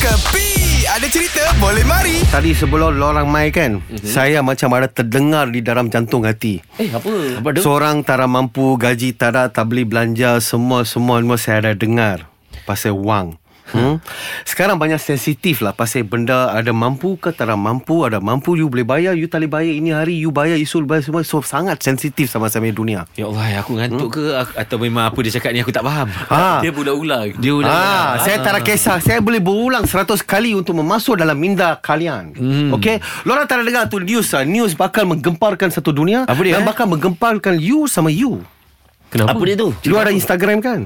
Kepi Ada cerita boleh mari Tadi sebelum lorang mai kan mm-hmm. Saya macam ada terdengar di dalam jantung hati Eh apa? Apa Aduh. Seorang tak mampu Gaji tak ada Tak beli belanja Semua-semua semua saya ada dengar Pasal wang Hmm? Sekarang banyak sensitif lah Pasal benda ada mampu ke tak ada mampu Ada mampu you boleh bayar You tak boleh bayar ini hari You bayar isul bayar semua So sangat sensitif sama-sama dunia Ya Allah aku ngantuk ke Ak- Atau memang apa dia cakap ni aku tak faham Ha. Dia ular-ular Dia ulang Ah, saya tak ada kisah. Saya boleh berulang 100 kali untuk memasuk dalam minda kalian. Hmm. Okey. Lorang tak ada dengar tu news ah. News bakal menggemparkan satu dunia Apa dia, dan eh? bakal menggemparkan you sama you. Kenapa? Apa dia tu? You ada Instagram kan?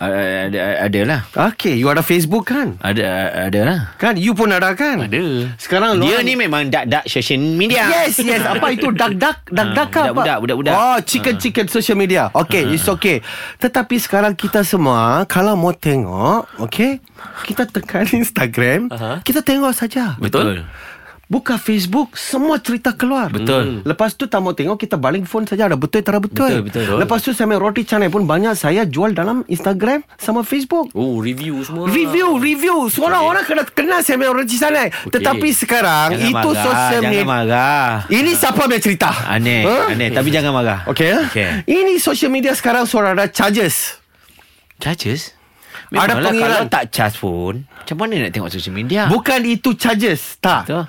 Ada, ada, ada lah Okey, you ada Facebook kan? Ada ada lah Kan you pun ada kan? Ada. Sekarang lorang- Dia ni memang dak-dak social media Yes, yes. Apa itu dak-dak? Dak-dak Ah, apa? budak-budak, budak-budak. Oh, Ah. chicken-chicken social media. Okay, it's okay. Tetapi sekarang kita semua, kalau mau tengok, okay, kita tekan Instagram, kita tengok saja. Betul Buka Facebook Semua cerita keluar Betul. Lepas tu tak mau tengok Kita baling phone saja Ada betul tak ada betul Hmm. Betul, betul. Lepas tu saya main roti canai pun Banyak saya jual dalam Instagram Sama Facebook Oh review semua Review, review Semua orang kena kenal saya main roti canai Tetapi sekarang Jangan Itu marah, sosial Jangan media marah Ini siapa punya cerita? Aneh Huh? Aneh Tapi jangan marah Okay. Okey. okay. Ini social media sekarang suara ada charges. Charges? Ada Memanglah pengiran. Kalau tak charge pun Macam mana nak tengok social Ah. media? Bukan itu charges, tak. Betul.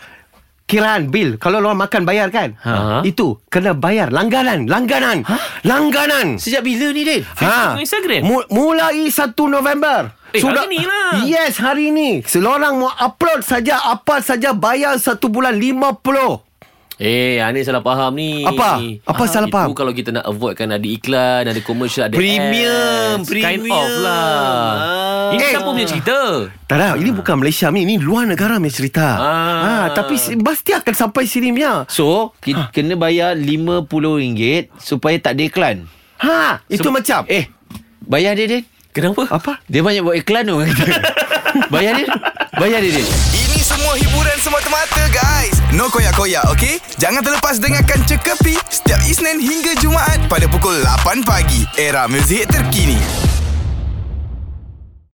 Kiraan bil kalau orang makan bayar kan? Ha. Itu kena bayar langganan, langganan. Ha? Langganan. Ha. Sejak bila ni Din? Facebook ke Instagram? Mu- mulai 1 November. Eh, hari ni lah. Yes, hari ni. Selorang mau upload saja apa saja bayar satu bulan 50. Eh Anis salah faham ni Apa? Apa salah Ah, itu faham? kalau kita nak avoidkan Ada iklan Ada komersial Ada Premium, ads, Kind premium. off lah Ah. Ini Eh. siapa punya cerita Ha. Tak dah, ini bukan Malaysia ni, ini luar negara punya cerita. Ah. Ha, tapi si- pasti akan sampai sini punya. So kita Kena bayar RM50 Supaya tak ada iklan Ha, itu macam Eh Bayar dia Din Kenapa? apa? Dia banyak buat iklan tu kata. Bayar dia Bayar dia Din Ini semua hiburan semata-mata guys No koyak-koyak ok Jangan terlepas dengarkan Cekapi Setiap Isnin hingga Jumaat Pada pukul 8 pagi Era muzik terkini